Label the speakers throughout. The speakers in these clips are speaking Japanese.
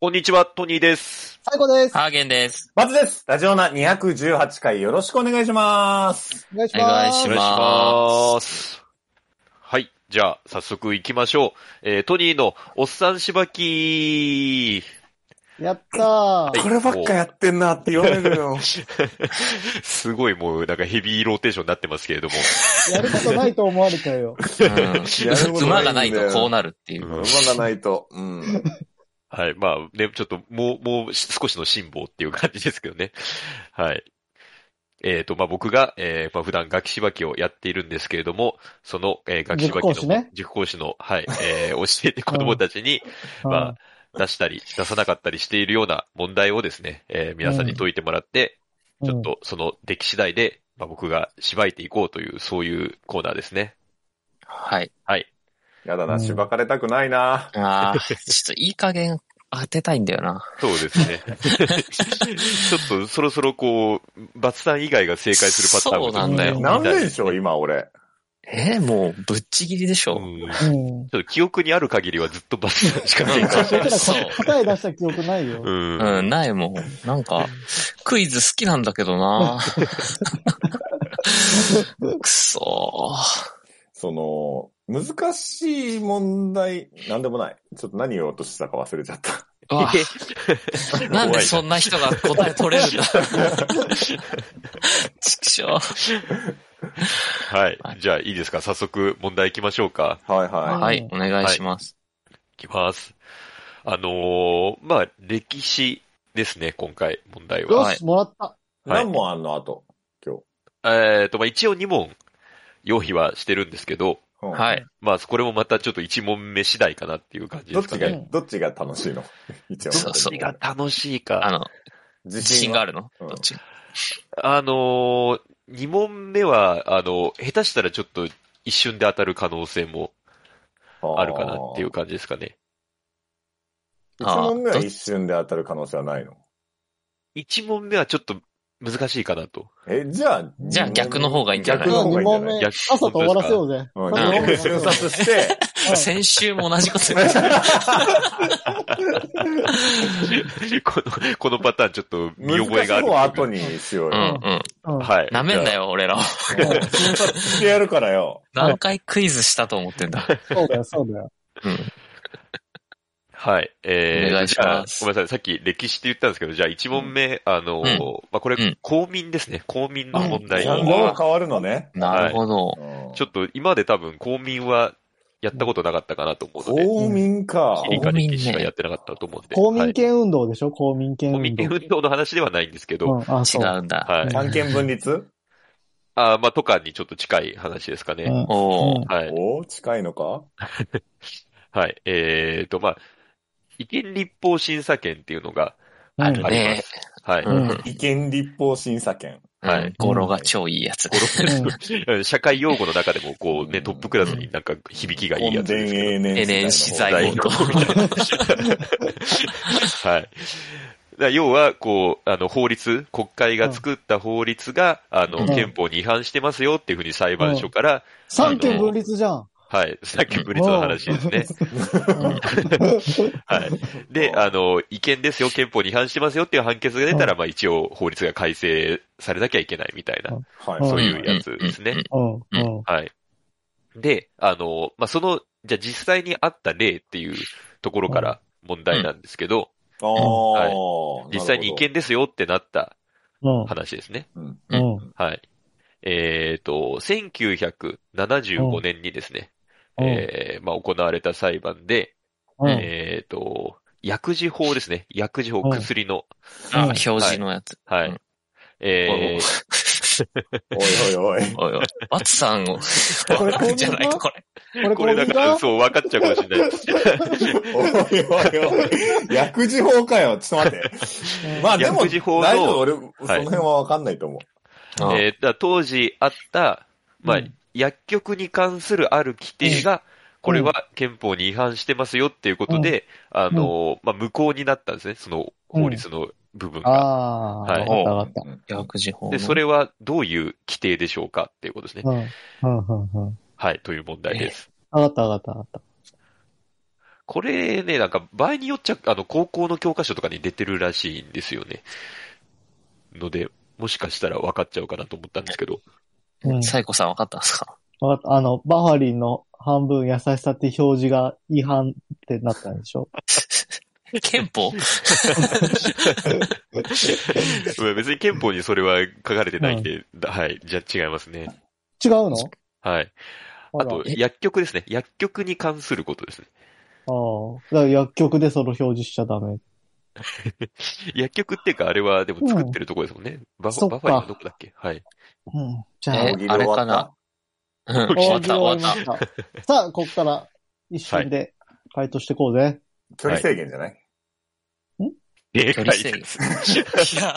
Speaker 1: こんにちは、トニーです。
Speaker 2: 最高です。
Speaker 3: ハーゲンです。
Speaker 4: まずです。ラジオナ218回よろしくお願いします。
Speaker 2: お願いし
Speaker 3: お願い
Speaker 2: ま
Speaker 3: し
Speaker 2: す。
Speaker 3: ま
Speaker 1: お
Speaker 3: す
Speaker 1: 願いします。はい。じゃあ、早速行きましょう。えー、トニーのおっさんしばき。
Speaker 2: やったー。
Speaker 4: こればっかやってんなって言われるよ。
Speaker 1: すごいもう、なんかヘビーローテーションになってますけれ ども。
Speaker 2: やることないと思われちゃうよ。
Speaker 3: うん、 馬がないとこうなるってい
Speaker 1: う
Speaker 3: う。
Speaker 1: ん
Speaker 4: 馬がないと。うん。
Speaker 1: はい。まあ、ね、ちょっと、もう、もうし少しの辛抱っていう感じですけどね。はい。えっ、と、まあ、僕が、えーまあ、普段楽器しばきをやっているんですけれども、その、えー、楽器しばきの
Speaker 2: 塾講師ね
Speaker 1: 塾講師の、はい、えー教えて子供たちに、 まあ、出したり、出さなかったりしているような問題をですね、えー皆さんに解いてもらって、
Speaker 2: うん
Speaker 1: ちょっとその出来次第で、まあ、僕がしばいていこうという、そういうコーナーですね。
Speaker 3: はい。
Speaker 1: はい。
Speaker 4: やだな、しばかれたくないな。
Speaker 3: ああ、ちょっといい加減当てたいんだよな。
Speaker 1: そうです ね。ちょっとそろそろこう、バツさん以外が正解するパターンも
Speaker 3: そうなんだよ。
Speaker 2: うん
Speaker 4: 何連勝今俺。
Speaker 3: えーもうぶっちぎりでし
Speaker 1: う
Speaker 3: ょ。
Speaker 1: ん
Speaker 2: う
Speaker 1: ち
Speaker 2: ん。
Speaker 1: ょっと記憶にある限りはずっとバツさんしかないか
Speaker 2: そう
Speaker 1: ら。
Speaker 2: 僕ら
Speaker 3: そう
Speaker 2: 答え出した記憶ないよ。
Speaker 1: うん。
Speaker 3: うん、ないもん。なんか、クイズ好きなんだけど な。くそ
Speaker 4: その、難しい問題、なんでもない。ちょっと何を落としたか忘れちゃった。
Speaker 3: ー。うわなんでそんな人が答え取れるんだ。ちくしょう。
Speaker 1: はい。じゃあいいですか早速問題行きましょうか。
Speaker 4: はいは
Speaker 3: はい、お願いします。
Speaker 1: いきます。あのーまあ、歴史ですね、今回問題は。
Speaker 2: よ
Speaker 3: はい
Speaker 2: し、もらった。
Speaker 4: い。
Speaker 1: はい
Speaker 4: 何問あんの後。
Speaker 1: えっ、と、まあ、一応2問用意はしてるんですけど、
Speaker 4: うん
Speaker 3: はい。
Speaker 1: まあ、これもまたちょっと1問目次第かなっていう感じ
Speaker 4: ど
Speaker 1: です
Speaker 4: っ
Speaker 1: か
Speaker 4: ち
Speaker 1: ね。
Speaker 4: が、どっちが楽しいの一応。
Speaker 3: そうそう
Speaker 1: どっちが楽しい
Speaker 3: あ
Speaker 1: か。
Speaker 3: の、
Speaker 4: 自
Speaker 3: 自信
Speaker 4: 信
Speaker 3: が
Speaker 4: が。
Speaker 3: あるの
Speaker 4: うん
Speaker 3: どっち
Speaker 1: あのー、2問目は、あの、下手したらちょっと一瞬で当たる可能性もあるかなっていう感じですかね。
Speaker 4: あー。一問目は一瞬で当たる可能性はないの。
Speaker 1: 1問目はちょっと難しいかな と。
Speaker 4: え、じゃあ、
Speaker 3: じゃあ逆の方がいいんじゃない
Speaker 4: 逆の方がい
Speaker 2: 2
Speaker 4: いんじゃ
Speaker 2: 問
Speaker 4: ない
Speaker 2: 目、
Speaker 1: いや
Speaker 2: 朝と終わらせようぜ。
Speaker 4: うん、
Speaker 2: これ
Speaker 4: 2
Speaker 2: 二
Speaker 4: 問目
Speaker 2: 問
Speaker 4: 瞬
Speaker 2: 目
Speaker 4: 殺して、
Speaker 3: 先週も同じこと言ってた。
Speaker 1: この、このパターンちょっと 見
Speaker 4: 難
Speaker 1: 覚え
Speaker 4: しい
Speaker 1: があ
Speaker 4: 方
Speaker 1: る。
Speaker 4: は後にしよう
Speaker 3: う
Speaker 4: よ。
Speaker 3: んうん。
Speaker 2: うんうん
Speaker 1: はい。
Speaker 3: なめんなよ、俺らを。
Speaker 4: 瞬殺してやるからよ。
Speaker 3: 何回クイズしたと思ってんだ。
Speaker 2: そうだよ、そうだよ。
Speaker 3: うん。
Speaker 1: はい。えー、
Speaker 3: お願いします
Speaker 1: じゃあごめんなさい。さっき歴史って言ったんですけど、じゃあ1問目、あのー、
Speaker 3: うん
Speaker 1: まあ、これ、
Speaker 3: うん
Speaker 1: 公民ですね。公民の問
Speaker 4: ジ
Speaker 1: 題。
Speaker 4: ャンルは変わるのね。
Speaker 3: なるほど。
Speaker 4: うん
Speaker 1: ちょっと今まで多分公民はやったことなかったかなと思うので、
Speaker 4: 公民か
Speaker 1: キ。
Speaker 3: う
Speaker 1: リ
Speaker 3: ん
Speaker 1: カ歴史しかやってなかったと思うんで。
Speaker 2: 公民
Speaker 1: はい
Speaker 2: 権運動でしょ公民権
Speaker 1: 公
Speaker 2: 運
Speaker 1: 民権
Speaker 2: 動。
Speaker 1: 運動の話ではないんですけど、
Speaker 2: うん、あ、
Speaker 3: 違
Speaker 2: そう。
Speaker 3: うんだ。
Speaker 1: はい。
Speaker 4: 三権分立
Speaker 1: あーまあ、とかにちょっと近い話ですか
Speaker 2: う
Speaker 1: ね。
Speaker 2: ん
Speaker 3: おー。
Speaker 1: はい。
Speaker 4: おー近いのか
Speaker 1: はい。えーと、まあ、違憲立法審査権っていうのが
Speaker 2: うん
Speaker 3: ある
Speaker 1: ありま
Speaker 3: ね。
Speaker 1: す。はい。
Speaker 3: うん。
Speaker 4: 意見立法審査権。
Speaker 3: は
Speaker 1: はい
Speaker 3: い。語呂が超いいやつ。
Speaker 1: 社会用語の中でも、こうね、
Speaker 4: うん
Speaker 1: トップクラスになんか響きがいいやつですけど。
Speaker 4: 永年
Speaker 3: 永年私財
Speaker 1: 代
Speaker 3: 代
Speaker 1: 表
Speaker 3: 表
Speaker 1: みたいな。はい。だから要は、こう、あの、法律、国会が作った法律が、あ
Speaker 3: う
Speaker 1: の、
Speaker 3: ん
Speaker 1: 憲法に違反してますよっていうふうに裁判所から、
Speaker 2: 三権分立じゃん。
Speaker 1: はい、さっき分立の話ですね。はい。で、あの、違憲ですよ、憲法に違反してますよっていう判決が出たら、まあ一応法律が改正されなきゃいけないみたいな、
Speaker 4: はい。
Speaker 2: うん
Speaker 1: そういうやつですね。
Speaker 2: うん、うん。
Speaker 1: はい。で、あの、まあ、その、じゃあ実際にあった例っていうところから問題なんですけど、
Speaker 4: あー
Speaker 1: 実際に違憲ですよってなった
Speaker 2: うん、
Speaker 1: 話ですね。
Speaker 2: うん、
Speaker 1: はい。えっ、と、1975年にですね、
Speaker 2: うん
Speaker 1: えーまあ、行われた裁判で、
Speaker 2: うん。
Speaker 1: えっ、と、薬事法ですね。薬事法、
Speaker 2: うん
Speaker 1: 薬の。
Speaker 3: あ、表示のやつ。
Speaker 1: は
Speaker 3: うん
Speaker 1: い。えー
Speaker 4: おいおいおい。
Speaker 3: おいおい。バツさんを、
Speaker 2: これ
Speaker 3: 笑うんじゃないか、これ。
Speaker 2: これ
Speaker 1: こ
Speaker 2: 公
Speaker 1: れ
Speaker 2: 民
Speaker 1: だから、
Speaker 2: か
Speaker 1: そう、分かっちゃうかもしれないです。
Speaker 4: おいおいおい。薬事法かよ。ちょっと待って。まあでも、
Speaker 1: 薬事法の
Speaker 4: 大丈夫。俺、その辺はわかんないと
Speaker 3: う
Speaker 4: 思う。
Speaker 3: ん
Speaker 1: えーだから当時あった、まあ
Speaker 2: うん
Speaker 1: 薬局に関するある規定が、これは憲法に違反してますよっていうことで、あのー、まあ、無効になったんですね、その法律の部分が。
Speaker 2: ああ、
Speaker 1: はい
Speaker 2: わかったわかった。
Speaker 3: 薬事法の。
Speaker 1: で、それはどういう規定でしょうかっていうことですね。
Speaker 2: うん、うん、うん、うん。
Speaker 1: はい、という問題です。
Speaker 2: わかったわかったわかっ
Speaker 1: これね、なんか場合によっちゃ、あの、高校の教科書とかに出てるらしいんですよね。ので、もしかしたら分かっちゃうかなと思ったんですけど。
Speaker 2: うん。
Speaker 3: サイコさん分かったんですか
Speaker 2: わかったあの、バファリンの半分優しさって表示が違反ってなったんでしょ
Speaker 3: 憲法
Speaker 1: うん別に憲法にそれは書かれてないんで、だはい。じゃあ違いますね。
Speaker 2: 違うの
Speaker 1: はい。
Speaker 2: あ
Speaker 1: あ
Speaker 2: ら
Speaker 1: と、薬局ですね。薬局に関することですね。
Speaker 2: ああ。だから薬局でその表示しちゃダメ。
Speaker 1: 薬局っていうか、あれはでも作ってるとこですもんね。バフ
Speaker 2: そっか
Speaker 1: バファリンはどこだっけはい。
Speaker 2: うん。じゃあ、
Speaker 3: え
Speaker 4: 大喜利
Speaker 3: あ
Speaker 4: 終
Speaker 3: れ
Speaker 4: わ
Speaker 3: か
Speaker 4: っ
Speaker 3: な
Speaker 4: た
Speaker 3: うん終わ
Speaker 2: 大喜
Speaker 3: った、終
Speaker 2: 利
Speaker 3: わっ
Speaker 2: 終わりました。さあ、こっから一瞬で回答していこうぜ。
Speaker 4: 距離制限じゃない
Speaker 1: 正解
Speaker 3: 距離制限
Speaker 1: です。
Speaker 3: た。いや、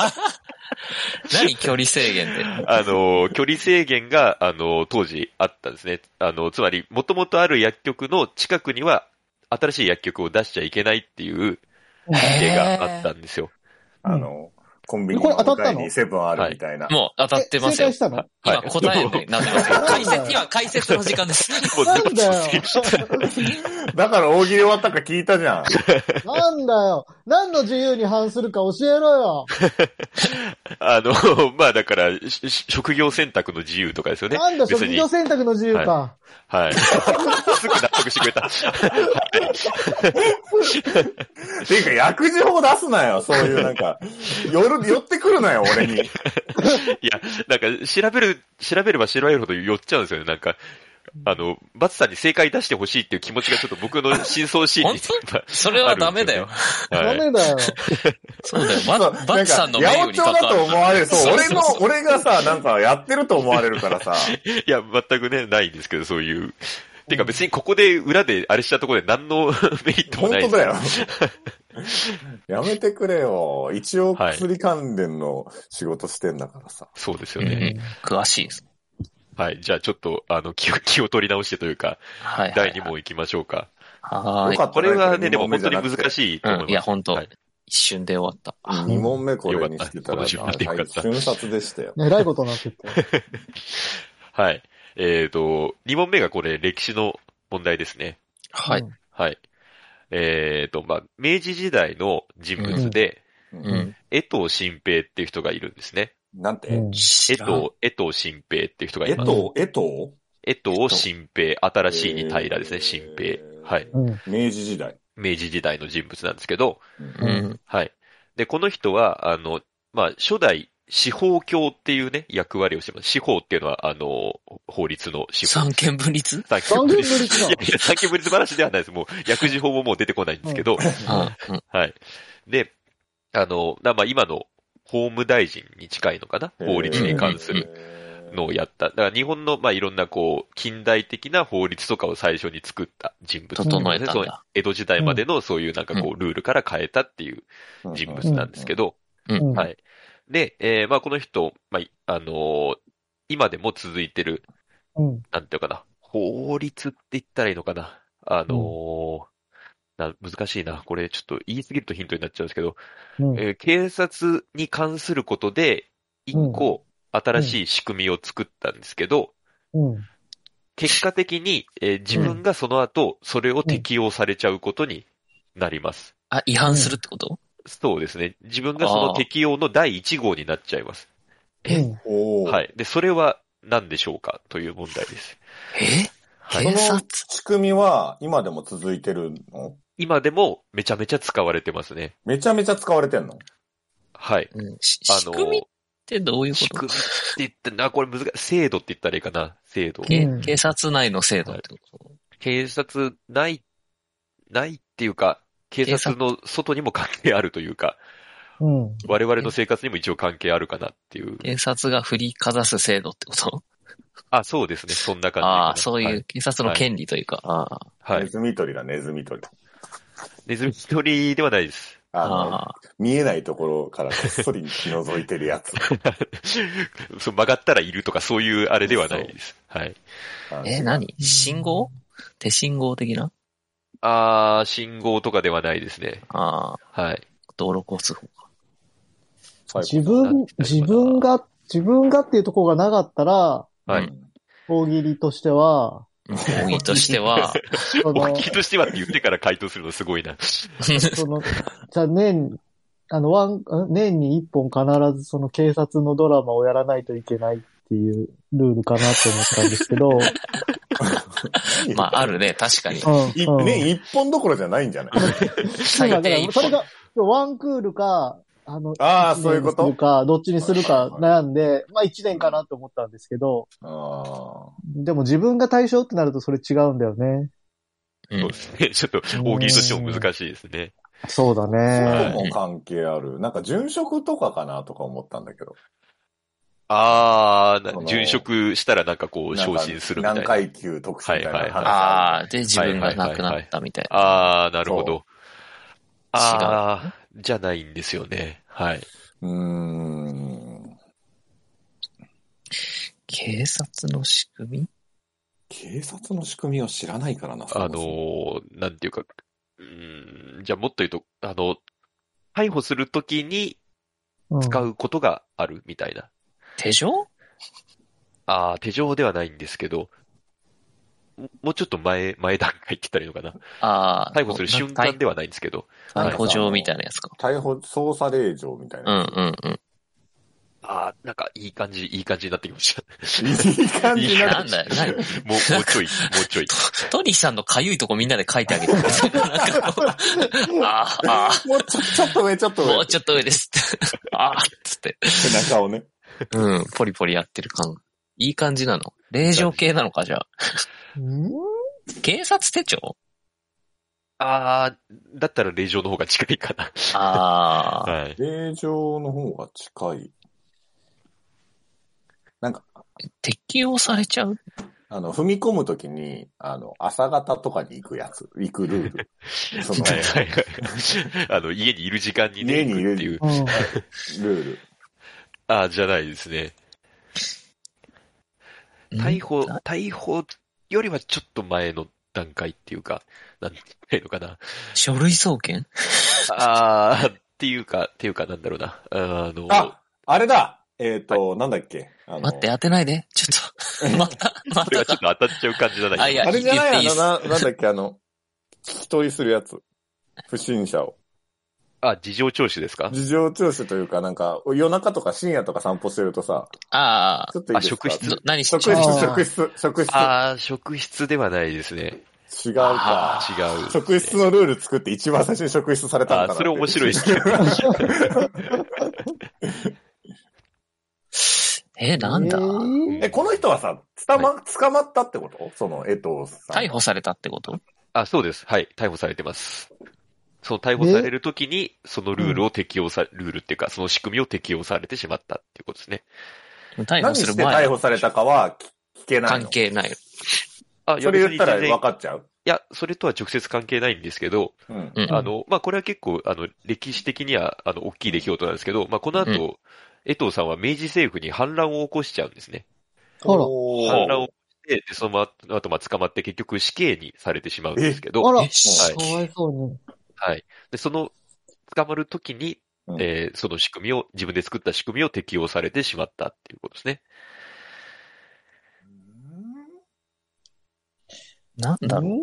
Speaker 3: 何距離制限 で。
Speaker 1: あの、距離制限が、あの、当時あったんですね。あの、つまり、もともとある薬局の近くには、新しい薬局を出しちゃいけないっていう規定があったんですよ。
Speaker 4: あの、コンビニ
Speaker 2: これ
Speaker 4: の
Speaker 2: 当たった
Speaker 4: 向かい
Speaker 2: の
Speaker 4: にセブンあるみたいな。
Speaker 3: もう当たってます
Speaker 2: え
Speaker 3: よ
Speaker 2: 正解し。たの
Speaker 1: はい
Speaker 3: 今答えない。なんで 解説、今解説の時間です。
Speaker 1: もうずっ
Speaker 2: な
Speaker 1: と
Speaker 2: んだよ。
Speaker 4: だから大喜利終わったか聞いたじゃん。
Speaker 2: なんだよ。何の自由に反するか教えろよ。
Speaker 1: あの、まあだから、しし職業選択の自由とかですよね。
Speaker 2: なんだ、職
Speaker 1: 別に
Speaker 2: 業。選択の自由か。
Speaker 1: はい。すぐ納得してくれた。
Speaker 4: ていうか、薬事法出すなよ。そういうなんか、夜、寄ってくるなよ、俺に。
Speaker 1: いや、なんか、調べる、調べれば調べるほど寄っちゃうんですよね、なんか。あの、バツさんに正解出してほしいっていう気持ちがちょっと僕の真相心理に。
Speaker 3: それはダメだよ。
Speaker 1: は
Speaker 2: ダ
Speaker 1: い
Speaker 2: メだよ。
Speaker 3: そうだよ。バ
Speaker 4: そう
Speaker 3: ッバッチさんの名
Speaker 4: なん
Speaker 3: 誉
Speaker 4: か
Speaker 3: に
Speaker 4: 八
Speaker 3: 関
Speaker 4: 百長
Speaker 3: わ
Speaker 4: だと
Speaker 3: る。
Speaker 4: 思われる。そう、
Speaker 3: そう
Speaker 4: 俺
Speaker 3: そう
Speaker 4: の
Speaker 3: そう、
Speaker 4: 俺がさ、なんかやってると思われるからさ。
Speaker 1: いや、全くね、ないんですけど、そういう。てか別にここで裏であれしたところで何の メリットも
Speaker 4: 本
Speaker 1: ない。
Speaker 4: 当だよ。。 やめてくれよ。一応
Speaker 1: はい
Speaker 4: 薬関連の仕事してんだからさ。
Speaker 1: そうです
Speaker 3: う
Speaker 1: よ
Speaker 3: んう
Speaker 1: ね。
Speaker 3: ん詳しいです。
Speaker 1: はい。じゃあちょっと、あの、気を、 気を取り直してというか、
Speaker 3: はいはいはい。
Speaker 1: 第2問行きましょうか。
Speaker 3: は
Speaker 4: よか
Speaker 3: ー
Speaker 4: った
Speaker 1: これはね、でも本当に
Speaker 4: し
Speaker 1: 難しいと思い
Speaker 3: い。
Speaker 1: ま
Speaker 3: うん、
Speaker 1: す。
Speaker 3: いや、本当
Speaker 1: はい
Speaker 3: 一瞬で終わった。
Speaker 4: 2問目これにしてたら、
Speaker 1: よかったこの順番でよかった
Speaker 4: 瞬殺でしたよ。
Speaker 2: えらいことになってって。
Speaker 1: はい。えっ、と、2問目がこれ、歴史の問題ですね。
Speaker 3: はい。
Speaker 1: はい。えっ、と、まあ、明治時代の人物で、
Speaker 3: う
Speaker 4: うん
Speaker 3: ん。
Speaker 1: 江藤新平っていう人がいるんですね。
Speaker 4: なんて
Speaker 2: うん。
Speaker 1: 江
Speaker 3: え
Speaker 1: 藤、江藤新平っていう人が
Speaker 4: え
Speaker 1: い
Speaker 4: っ
Speaker 1: ます。
Speaker 4: と、えっと
Speaker 1: 江藤新平、新しいに平です
Speaker 4: へ
Speaker 1: ね、
Speaker 4: ー
Speaker 1: 新平。はい。
Speaker 2: うん。
Speaker 4: 明治時代。
Speaker 1: 明治時代の人物なんですけど、
Speaker 3: う。ん。
Speaker 1: はい。で、この人は、あの、まあ、初代司法教っていうね、役割をしてます。司法っていうのは、あの、法律の司法。
Speaker 3: 三権分立
Speaker 1: 三
Speaker 2: 三権分立
Speaker 1: い
Speaker 2: な
Speaker 1: やいや、三権分立話ではないです。もう、薬事法ももう出てこないんですけど、
Speaker 3: うん。
Speaker 1: はい。で、あの、なまあ、今の法務大臣に近いのかな法律に関する
Speaker 4: る
Speaker 1: のをやった。だから日本の、まあ、いろんなこう、近代的な法律とかを最初に作った人物
Speaker 3: 整えたんだ
Speaker 1: その江戸時代までのそういうなんかこう、ルールから変えたっていう人物なんですけ
Speaker 4: ど。
Speaker 1: ど、
Speaker 2: うん
Speaker 1: はいで、えーまあ、この人、まあ、いあのー今でも続いてる、
Speaker 2: うん。
Speaker 1: なんていうのかな、法律って言ったらいいのかな。あのーな難しいな。これちょっと言い過ぎるとヒントになっちゃうんですけど、
Speaker 2: うん。
Speaker 1: えー警察に関することで、一個新しい仕組みを作ったんですけど、
Speaker 2: うん。
Speaker 1: 結果的に、えー自分がその後、それを適用されちゃうことになります。
Speaker 3: あ、違反するってこと
Speaker 1: そうですね。自分がその適用の第1号になっちゃいます。
Speaker 2: うん
Speaker 4: おー
Speaker 1: はい。で、それは何でしょうかという問題です。
Speaker 3: え
Speaker 1: はい
Speaker 4: そ
Speaker 3: 警
Speaker 4: の
Speaker 3: 察
Speaker 4: 仕組みは今でも続いてるの
Speaker 1: 今でもめちゃめちゃ使われてますね。
Speaker 4: めちゃめちゃ使われてんの
Speaker 1: はい。
Speaker 3: うんし
Speaker 1: あの、
Speaker 3: 仕組みってどういう
Speaker 1: 仕
Speaker 3: こ
Speaker 1: 組みって言ったな、これ難しい。制度って言ったらいいかな。制度
Speaker 3: と。け
Speaker 2: うん
Speaker 3: 警察内の制度ってこと
Speaker 1: 警察ない、ないっていうか、警察の外にも関係あるというか、
Speaker 2: うん。
Speaker 1: 我々の生活にも一応関係あるかなっていう。
Speaker 3: 警察が振りかざす制度ってこと
Speaker 1: あ、そうですね。そんな感じかな。
Speaker 3: ああ、そういう警察の権利というか。ああ
Speaker 1: はい。は
Speaker 4: ネ
Speaker 1: い。
Speaker 4: ズミ捕りだ、ネズミ捕り。
Speaker 1: ネズミ一人ではないです。
Speaker 4: あの、
Speaker 3: ああ。
Speaker 4: 見えないところからこっそり覗いてるやつ。
Speaker 1: そう曲がったらいるとかそういうあれではないです。はい。
Speaker 4: あの
Speaker 3: え、何信号手信号的な
Speaker 1: あー、信号とかではないですね。
Speaker 3: ああ。
Speaker 1: はい。
Speaker 3: 道路交通法か。
Speaker 4: 最後
Speaker 2: 自分、自分が、自分がっていうところがなかったら、
Speaker 1: はい。
Speaker 4: うん
Speaker 2: 大喜利としては、
Speaker 3: 本意として は、
Speaker 2: そ
Speaker 1: 大
Speaker 2: の
Speaker 1: き、いとしてはって言ってから回答するのすごいな。
Speaker 2: その、じゃあ年、あの、ワン、ん年に一本必ずその警察のドラマをやらないといけないっていうルールかなと思ったんです けど、うん、
Speaker 3: まあ、あるね、確かに。
Speaker 4: い
Speaker 2: うん
Speaker 4: ね、一本どころじゃないんじゃない
Speaker 2: 今
Speaker 3: 最
Speaker 2: だから
Speaker 3: 低一
Speaker 2: それ
Speaker 3: 本。
Speaker 2: が、ワンクールか、あの、
Speaker 4: ああ、そういうこ
Speaker 2: 一年にする
Speaker 4: と
Speaker 2: か、どっちにする
Speaker 4: は
Speaker 2: か
Speaker 4: いは
Speaker 2: 悩
Speaker 4: い
Speaker 2: んで、まあ一年かなと思ったんですけど、
Speaker 4: あ
Speaker 2: でも自分が対象ってなるとそれ違うんだよね。
Speaker 3: う
Speaker 1: そうんですね。 ちょっと大きいとしても難しいですね。
Speaker 2: そうだ
Speaker 4: あ。
Speaker 2: ね。
Speaker 4: そうも関係ある。なんか、殉職とかかなとか思ったんだけど。
Speaker 1: あー、な
Speaker 4: その
Speaker 1: 殉職したらなんかこう、
Speaker 4: なん
Speaker 1: 昇
Speaker 4: か
Speaker 1: 進するみたいな。
Speaker 4: 何階級特殊みたいな
Speaker 1: はいはいはい
Speaker 4: 話
Speaker 3: ああ、で、自分が亡くなったみたいな。
Speaker 1: あー、なるほど。
Speaker 3: そう
Speaker 1: あー、じゃないんですよね。はい。
Speaker 4: うーん。
Speaker 3: 警察の仕組み
Speaker 4: 警察の仕組みを知らないからな、
Speaker 1: あのー、なんていうか、うーん、じゃあもっと言うと、あの、逮捕するときに
Speaker 2: うん
Speaker 1: 使うことがあるみたいな。
Speaker 3: 手錠
Speaker 1: ああ、手錠ではないんですけど、ももうちょっと前、前段階って言ったらいいのかな。
Speaker 3: ああ。
Speaker 1: 逮捕する瞬間ではないんですけど。
Speaker 3: 逮逮捕状みたいなやつか。
Speaker 4: 逮捕、捜査令状みたい
Speaker 3: うんう
Speaker 4: な。
Speaker 3: んうん。
Speaker 1: ああ、なんかいい感じ、いい感じになってきました。
Speaker 4: いい感じにな
Speaker 3: な
Speaker 4: っ
Speaker 3: ん
Speaker 4: て
Speaker 3: だよ、何
Speaker 1: もう、もうちょい、もうちょい。
Speaker 3: トトニーさんのかゆいとこみんなで書いてあげ てください。なんかこう、あーあ
Speaker 4: もうちょちょっと上、ちょっと
Speaker 3: ー、
Speaker 4: 上。
Speaker 3: もうちょっと上ですって。ああ、つって。
Speaker 4: 背中をね。
Speaker 3: うん、ポリポリやってる感。いい感じなの。令状系なのか、じゃあ。
Speaker 2: うん
Speaker 3: 警察手帳
Speaker 1: ああ、だったら令状の方が近いかな。
Speaker 3: ああ。
Speaker 1: はい。
Speaker 4: 令状の方が近い。なんか、
Speaker 3: 適用されちゃう
Speaker 4: あの、踏み込むときに、あの、朝方とかに行くやつ、行くル ール。その、
Speaker 1: はいはいはい。 あの、家にいる時間にね、
Speaker 4: 家にい
Speaker 1: 行
Speaker 4: る
Speaker 1: くっていう。
Speaker 2: うん
Speaker 4: ルール。
Speaker 1: ああ、じゃないですね。逮捕、
Speaker 3: ん
Speaker 1: 逮捕よりはちょっと前の段階っていうか、なんて言えばいいのかな。
Speaker 3: 書類送検
Speaker 1: ああ、っていうか、っていうかなんだろうな。あの、
Speaker 4: あ、あれだえっ、と、なんだっけあの
Speaker 3: 待って、当てないで。ちょっと。また、ま
Speaker 1: これはちょ
Speaker 3: た
Speaker 1: っ。と当たっちゃう感じじゃない
Speaker 3: あいや
Speaker 4: あれじゃない
Speaker 3: 言っ
Speaker 4: あの、
Speaker 3: てい
Speaker 4: な、なんだっけあの、聞き取りするやつ。不審者を。
Speaker 1: あ、事情聴取ですか
Speaker 4: 事情聴取というか、なんか、夜中とか深夜とか散歩してるとさ、
Speaker 3: あ
Speaker 4: ちょっといいですか
Speaker 1: あ職質
Speaker 3: あ。ど何して
Speaker 4: 職
Speaker 3: ん
Speaker 4: 質
Speaker 3: の
Speaker 2: あー、
Speaker 4: 職質、職質。
Speaker 1: ああ、職質ではないですね。
Speaker 4: 違うか。
Speaker 1: 違う。
Speaker 4: 職質のルール作って一番最初に職質されたんだ
Speaker 1: あ
Speaker 4: な
Speaker 1: あ、
Speaker 4: っ
Speaker 1: そ
Speaker 4: て。
Speaker 1: れ面白いですね。
Speaker 3: え、なんだ
Speaker 2: えー
Speaker 4: え、この人はさ、捕ま、捕まったってことその、えっと、
Speaker 3: 逮捕されたってこと
Speaker 1: あ、そうです。はい。逮捕されてます。その逮捕されるときに、そのルールを適用さ、ルールっていうか、その仕組みを適用されてしまったっていうことですね。
Speaker 3: 逮捕
Speaker 4: 何
Speaker 3: する
Speaker 4: して
Speaker 3: 前
Speaker 4: 逮捕されたかは聞聞けない
Speaker 3: 関
Speaker 4: の。
Speaker 3: 係ない。
Speaker 1: あ、いや
Speaker 4: それ言ったら
Speaker 1: 別に全然
Speaker 4: 分かっちゃう
Speaker 1: いや、それとは直接関係ないんですけど、
Speaker 4: うん。
Speaker 3: うん。
Speaker 1: あの、まあ、これは結構、あの、歴史的には、あの、大きい出来事なんですけど、まあ、この後、
Speaker 3: うん
Speaker 1: 江藤さんは明治政府に反乱を起こしちゃうんですね。
Speaker 2: あら
Speaker 4: おー
Speaker 1: 反乱をして、で、その後、まあ、捕まって結局死刑にされてしまうんですけ
Speaker 2: あ
Speaker 1: ど、
Speaker 2: ら、
Speaker 3: え
Speaker 2: かわいそうに。
Speaker 1: はい。で、その、捕まるときに、
Speaker 4: うん
Speaker 1: えーその仕組みを、自分で作った仕組みを適用されてしまったっていうことですね。
Speaker 3: なんだろ
Speaker 2: うん
Speaker 3: う。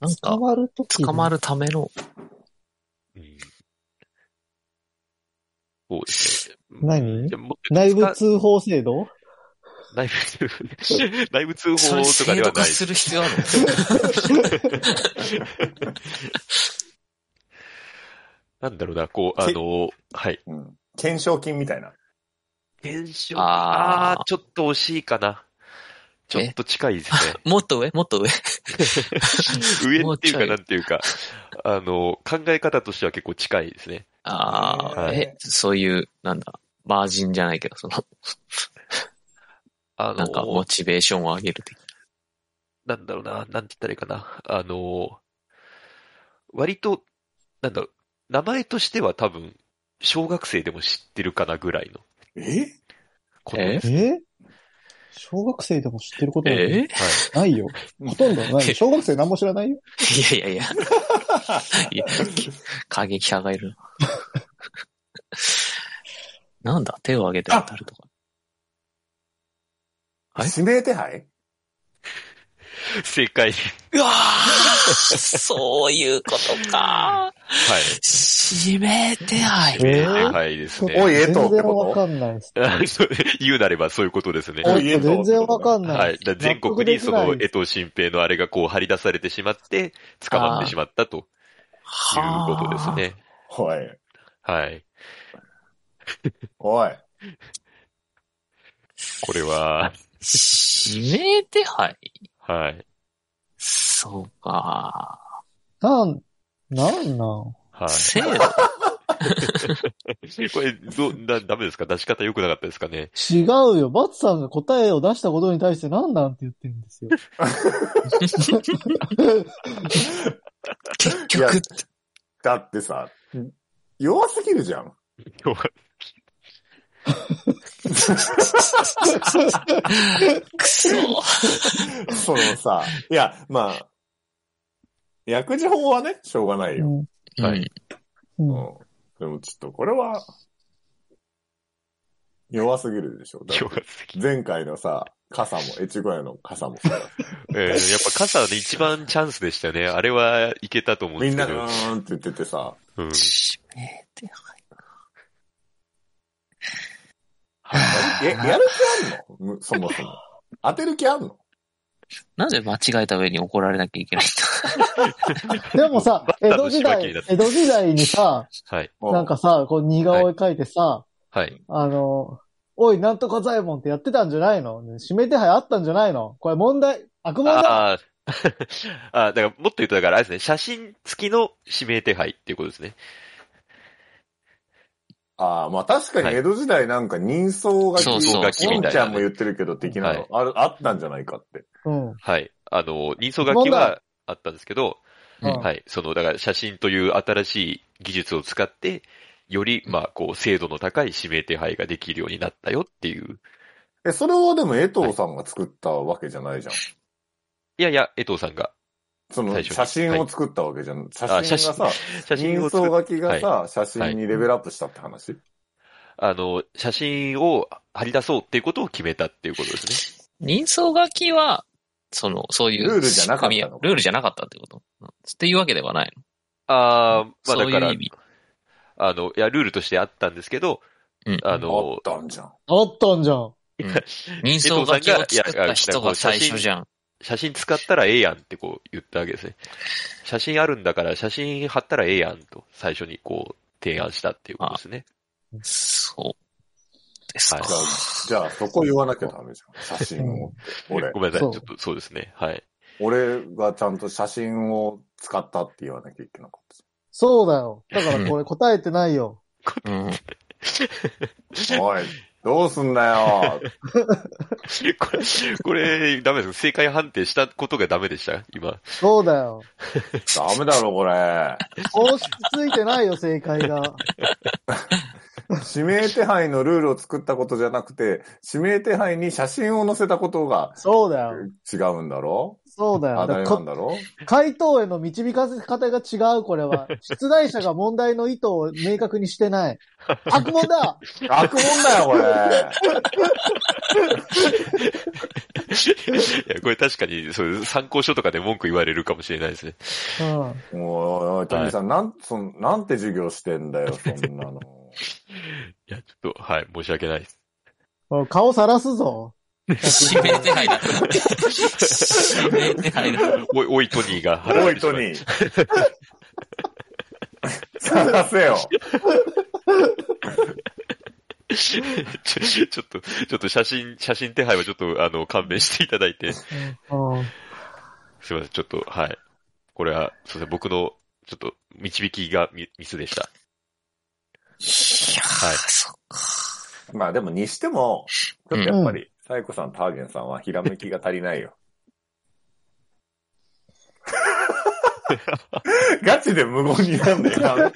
Speaker 3: なんか
Speaker 2: 捕、まるときに
Speaker 3: 捕まるための、
Speaker 1: うん。そうですね。
Speaker 2: 何
Speaker 1: でも
Speaker 2: 内部通報制度
Speaker 1: 内部通報、内部通 報
Speaker 3: それ
Speaker 1: とか
Speaker 3: 制
Speaker 1: では
Speaker 3: 度
Speaker 1: な
Speaker 3: 化
Speaker 1: い。
Speaker 3: する必要ある
Speaker 1: なんだろうな、こう、あの、はい。
Speaker 4: うん。懸賞金みたいな。
Speaker 1: 検証。
Speaker 3: あ
Speaker 1: あ
Speaker 3: ー
Speaker 1: ー、ちょっと惜しいかな。ちょっと近いです
Speaker 3: の もっと上もっと上
Speaker 1: ね。上
Speaker 3: もう
Speaker 1: っ
Speaker 3: ち
Speaker 1: ていう
Speaker 3: ょい
Speaker 1: か、なんていうか、あの、考え方としては結構近いですね。
Speaker 3: ああ、
Speaker 4: はい
Speaker 3: え、そういう、なんだ、マージンじゃないけど、その、
Speaker 1: あ
Speaker 3: なんかモ
Speaker 1: の、
Speaker 3: チベーションを上げる的
Speaker 1: なんだろうな、なんて言ったらいいかな。あの、割と、なんだろう、名前としては多分、小学生でも知ってるかなぐらいの
Speaker 4: え
Speaker 1: ことです。
Speaker 2: え小学生でも知ってることなんて
Speaker 3: え
Speaker 1: はい。
Speaker 2: ないよ。ほとんどないよ。小学生何も知らないよ。
Speaker 3: いやいやいや。いや過激派がいる な。なんだ手を挙げて当たるとか。はい
Speaker 4: 指名手配
Speaker 1: 正解。
Speaker 3: うわーそういうこと
Speaker 1: は
Speaker 3: か。
Speaker 1: い。
Speaker 3: 指名手配。
Speaker 2: えー
Speaker 1: 正解です
Speaker 4: おい、
Speaker 1: ね。
Speaker 4: え
Speaker 2: 全
Speaker 4: っと、って
Speaker 2: 然
Speaker 4: こ
Speaker 2: わ
Speaker 4: と
Speaker 2: かんないです。
Speaker 1: 言うなればそういうことですね。
Speaker 4: おい
Speaker 2: えっと全然わかんな
Speaker 1: はいい
Speaker 2: で。す。
Speaker 1: だから全国にそ
Speaker 2: 納
Speaker 1: の
Speaker 2: 得
Speaker 1: 江
Speaker 2: でき
Speaker 1: 藤新平のあれがこう張り出されてしまって、捕まってしまったということです
Speaker 3: はあ。
Speaker 1: ね。
Speaker 4: おい、
Speaker 1: はい。
Speaker 4: おい。
Speaker 1: これは、
Speaker 3: 指名手配
Speaker 1: はい。
Speaker 3: そうか。
Speaker 2: ないなん、なんなん
Speaker 1: は
Speaker 3: 制 度
Speaker 1: い。これ、ど、だ、ダメですか出し方良くなかったですかね
Speaker 2: 違うよ。バツさんが答えを出したことに対してなんなんって言ってるんですよ。
Speaker 3: 結
Speaker 4: いや
Speaker 3: 局、
Speaker 4: だってさ、弱すぎるじゃ ん。
Speaker 1: 今日は
Speaker 3: くそ。
Speaker 4: そのさ、いや、まあ、薬事法はね、しょうがないよ。
Speaker 2: うん
Speaker 1: は
Speaker 3: うん
Speaker 2: うん
Speaker 4: うん。でもちょっとこれは、弱すぎるでしょ。だって
Speaker 1: 今日は好き。
Speaker 4: 前回のさ、傘も、越後屋の 傘も。
Speaker 1: えーやっぱ傘で一番チャンスでしたよね。あれはいけたと思うんで
Speaker 4: み
Speaker 1: す
Speaker 4: ん
Speaker 1: け
Speaker 4: ながう
Speaker 1: ど。
Speaker 4: ーんって言って てさ、
Speaker 1: うん。
Speaker 3: 指名手配。
Speaker 4: え、やる気あんのむそもそも。当てる気あんの
Speaker 3: なぜ間違えた上に怒られなきゃいけないんだ
Speaker 2: でもさ
Speaker 1: バ、ッ
Speaker 2: 江
Speaker 1: ターの
Speaker 2: 戸時
Speaker 1: 芝木に
Speaker 2: 代
Speaker 1: なっ、て
Speaker 2: 江戸時代にさ、
Speaker 1: はい。
Speaker 2: なんかさ、こう似顔絵描いてさ、
Speaker 1: はい。
Speaker 2: あの、おい、なんとか左衛門ってやってたんじゃないの指名手配あったんじゃないのこれ問題、悪問だ
Speaker 1: あー あー、だからもっと言うと、だからあれですね、写真付きの指名手配っていうことですね。
Speaker 4: ああ、まあ確か
Speaker 1: は
Speaker 4: に
Speaker 1: い
Speaker 4: 江戸時代なんか人相書き、
Speaker 3: そうそう
Speaker 1: 人相書きみたいなね
Speaker 4: ちゃんも言ってるけど的なの、
Speaker 1: はい
Speaker 4: あるあったんじゃないかって。
Speaker 2: うん。うん。
Speaker 1: はい。あの、人相書き
Speaker 2: 問題
Speaker 1: はあったんですけど、はい。その、だから写真という新しい技術を使って、より、まあ、こう、精度の高い指名手配ができるようになったよっていう。
Speaker 4: え、それはでも江藤さんが作ったわけじゃないじゃん。
Speaker 1: いやいや、江藤さんが、
Speaker 4: その
Speaker 1: 最初に
Speaker 4: 写真を作ったわけじゃん。写
Speaker 1: あ
Speaker 4: 真がさ、
Speaker 1: 写真
Speaker 4: 人
Speaker 1: を
Speaker 4: 相
Speaker 1: 作っ
Speaker 4: 書きがさ、写真にレベルアップしたって話。
Speaker 1: あの、写真を貼り出そうっていうことを決めたっていうことですね。
Speaker 3: 人相書きは、その、そういう。
Speaker 4: ルールじゃなかったの
Speaker 3: 仕組みルールじゃなかったってことうんっていうわけではないの。
Speaker 1: ああ、まあ
Speaker 3: そ
Speaker 1: だ
Speaker 3: う
Speaker 1: か
Speaker 3: い
Speaker 1: ら
Speaker 3: う意、味。
Speaker 1: あの、いや、ルールとしてあったんですけど、
Speaker 3: うん
Speaker 1: あ
Speaker 4: あ
Speaker 1: の
Speaker 4: っ、たんじゃん。
Speaker 2: あったんじゃん。
Speaker 3: 人相書きを作った人が最初じゃん。
Speaker 1: 写真使ったらええやんってこう言ったわけですね。写真あるんだから写真貼ったらええやんと、最初にこう提案したっていうことですね。
Speaker 3: そう。ですか。
Speaker 1: はい
Speaker 4: じゃあ、じゃあそこ言わなきゃダメじゃん。写真をって。俺
Speaker 1: ご、めんなさい。
Speaker 2: そう
Speaker 1: ちょっとそうですね。はい。
Speaker 4: 俺がちゃんと写真を使ったって言わなきゃいけなか っ
Speaker 2: そうだよ。だからこれ答えてないよ。
Speaker 3: うん。
Speaker 4: た。おい、どうすんだよ。
Speaker 1: これ、これ、ダメです。正解判定したことがダメでした今。
Speaker 2: そうだよ。
Speaker 4: ダメだろ、これ。
Speaker 2: 公式ついてないよ、正解が。
Speaker 4: 指名手配のルールを作ったことじゃなくて、指名手配に写真を載せたことが
Speaker 2: そうだよ。
Speaker 4: 違うんだろ
Speaker 2: そうだ
Speaker 4: 当
Speaker 2: よ。
Speaker 4: た
Speaker 2: だ
Speaker 4: り
Speaker 2: か
Speaker 4: なん
Speaker 2: ら
Speaker 4: だろ
Speaker 2: 回答への導かせ方が違う、これは。出題者が問題の意図を明確にしてない。悪問 だ
Speaker 4: 悪もんだよ、これ。
Speaker 1: いや、これ確かに、そういう参考書とかで文句言われるかもしれないですね。
Speaker 2: うん。
Speaker 4: もう、おい、トミーさん、なん、その、なんて授業してんだよ、そんなの。
Speaker 1: いや、ちょっと、はい、申し訳ないです。
Speaker 2: もう顔さらすぞ。
Speaker 3: 指名手配だった。指名手配だった。
Speaker 1: おい、おい、トニーが払
Speaker 4: お
Speaker 1: われ
Speaker 4: い、
Speaker 1: てしま
Speaker 4: ト
Speaker 1: う。
Speaker 4: ニー。探せよ。
Speaker 1: ちょちょっと、ちょっと写真、写真手配はちょっと、あの、勘弁していただいて。
Speaker 2: うん。うん
Speaker 1: すみません、ちょっと、はい。これは、すみません、僕の、ちょっと、導きがミミスでした。
Speaker 3: いやー、
Speaker 1: はい
Speaker 3: そっか。
Speaker 4: まあでも、にしても、ちょっとやっぱり、サイコさん、ター ゲンさんは、ひらめきが足りないよ。ガチで無言になんだよ。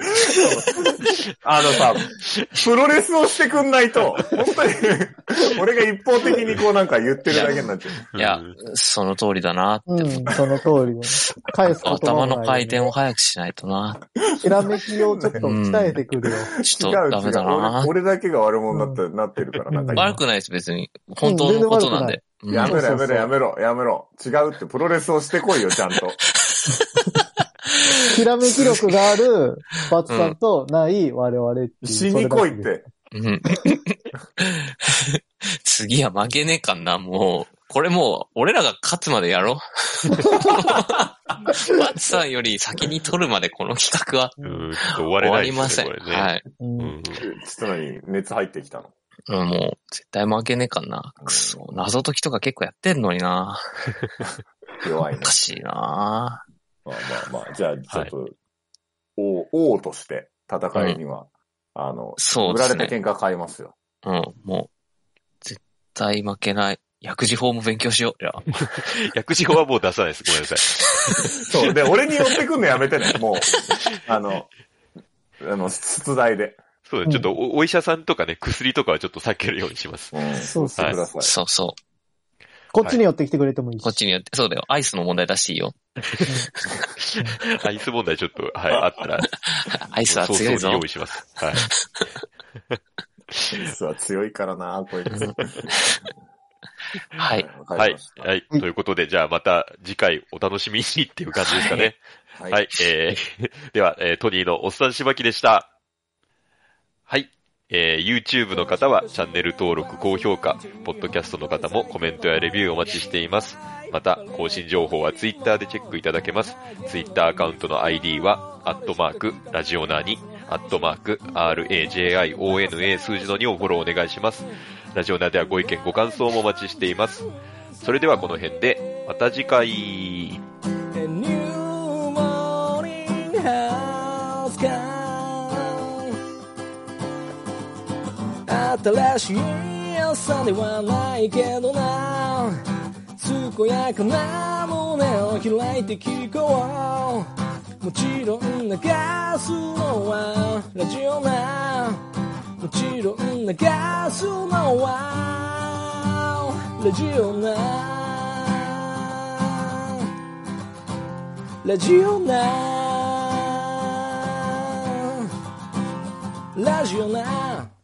Speaker 4: あのさ、プロレスをしてくんないと、本当に、俺が一方的にこうなんか言ってるだけになっちゃう。
Speaker 3: いや
Speaker 1: うん、
Speaker 3: その通りだな。
Speaker 2: うん、その通り。返す言葉も
Speaker 3: 頭
Speaker 2: ない
Speaker 3: の回転を早くしないとな。
Speaker 2: ひらめきをちょっと鍛えてくるよ。
Speaker 3: ち
Speaker 4: 違
Speaker 3: ょっ
Speaker 4: う
Speaker 3: とダ
Speaker 4: 違
Speaker 3: メ
Speaker 4: う
Speaker 3: だな
Speaker 4: 俺。。俺だけが悪者だって、なってるから、なんか今
Speaker 3: 悪くないです、別に。本当のことなんで。うん
Speaker 4: やめろ
Speaker 2: そ
Speaker 4: や
Speaker 2: うそ
Speaker 4: め
Speaker 2: う
Speaker 4: ろ
Speaker 2: そう
Speaker 4: やめろやめろ。違うって、プロレスをしてこいよ、ちゃんと。
Speaker 2: ひらめき力がある、バツさんとない我々っていう。
Speaker 4: 死に来いっ
Speaker 2: それだ
Speaker 4: て。
Speaker 3: うん 次は負けねえかな、もう。これもう、俺らが勝つまでやろう。バッツさんより先に取るまでこの企画は
Speaker 1: うんちょっと終われ
Speaker 3: 終わ
Speaker 1: な
Speaker 3: り
Speaker 1: い
Speaker 3: ま
Speaker 1: で
Speaker 3: せ
Speaker 1: す
Speaker 3: ん。
Speaker 1: ね、これね。
Speaker 3: はい。
Speaker 2: けうん
Speaker 1: うん
Speaker 4: ちょっと何、熱入ってきたの。
Speaker 3: うん、もう、絶対負けねえかな。くそ、謎解きとか結構やってんのにな。
Speaker 4: 弱い
Speaker 3: お
Speaker 4: ね
Speaker 3: か。しいな
Speaker 4: まあまあまあ、じゃあ、ちょっと、王、王として戦いには、あの、
Speaker 3: そう
Speaker 4: 売
Speaker 3: で
Speaker 4: ら
Speaker 3: す
Speaker 4: れ
Speaker 3: ね
Speaker 4: た。喧嘩買いますよ。
Speaker 3: うん、もう、絶対負けない。薬事法も勉強しよう。いや、
Speaker 1: 薬事法はもう出さないです。ごめんなさい。
Speaker 4: そう。で、俺に寄ってくんのやめてね、もう。あの、あの、出題で。
Speaker 1: そう
Speaker 2: う
Speaker 1: で
Speaker 2: ん
Speaker 1: す。ちょっとおお医者さんとかね、薬とかはちょっと避けるようにし ます。
Speaker 4: うん。
Speaker 2: そうそう
Speaker 4: してください。
Speaker 3: そうそう。
Speaker 2: こっちに寄ってきてくれてもいいし。
Speaker 3: こっちにやって、そうだよ。アイスの問題出していいよ。
Speaker 1: アイス問題ちょっと、 はい、あったら、
Speaker 3: アイスは
Speaker 1: 早
Speaker 3: 強いぞ
Speaker 1: 々に。用意します。はい。
Speaker 4: 実は強いからな、こいつ。
Speaker 3: はい。
Speaker 4: わか
Speaker 1: は
Speaker 4: り
Speaker 1: い
Speaker 4: まし。た。
Speaker 1: はい。
Speaker 2: うん
Speaker 1: ということで、じゃあまた次回お楽しみにっていう感じですかね。
Speaker 4: は
Speaker 1: はいい。えー、 では、えートニーのおっさんしばきでした。はい。えー、YouTube の方はチャンネル登録、高評価、ポッドキャストの方もコメントやレビューお待ちしています。また、更新情報は Twitter でチェックいただけます。Twitter アカウントの ID は、アットマーク、ラジオナーに、アットマーク、RAJIONA 数字の2をフォローお願いします。ラジオナーではご意見、ご感想もお待ちしています。それではこの辺で、また次回。
Speaker 5: A new morning has come 新しい朝ではないけどな健やかな胸を開いて聞こうもちろん流すのはラジオなもちろん流すのはラジオなラジオなラジオな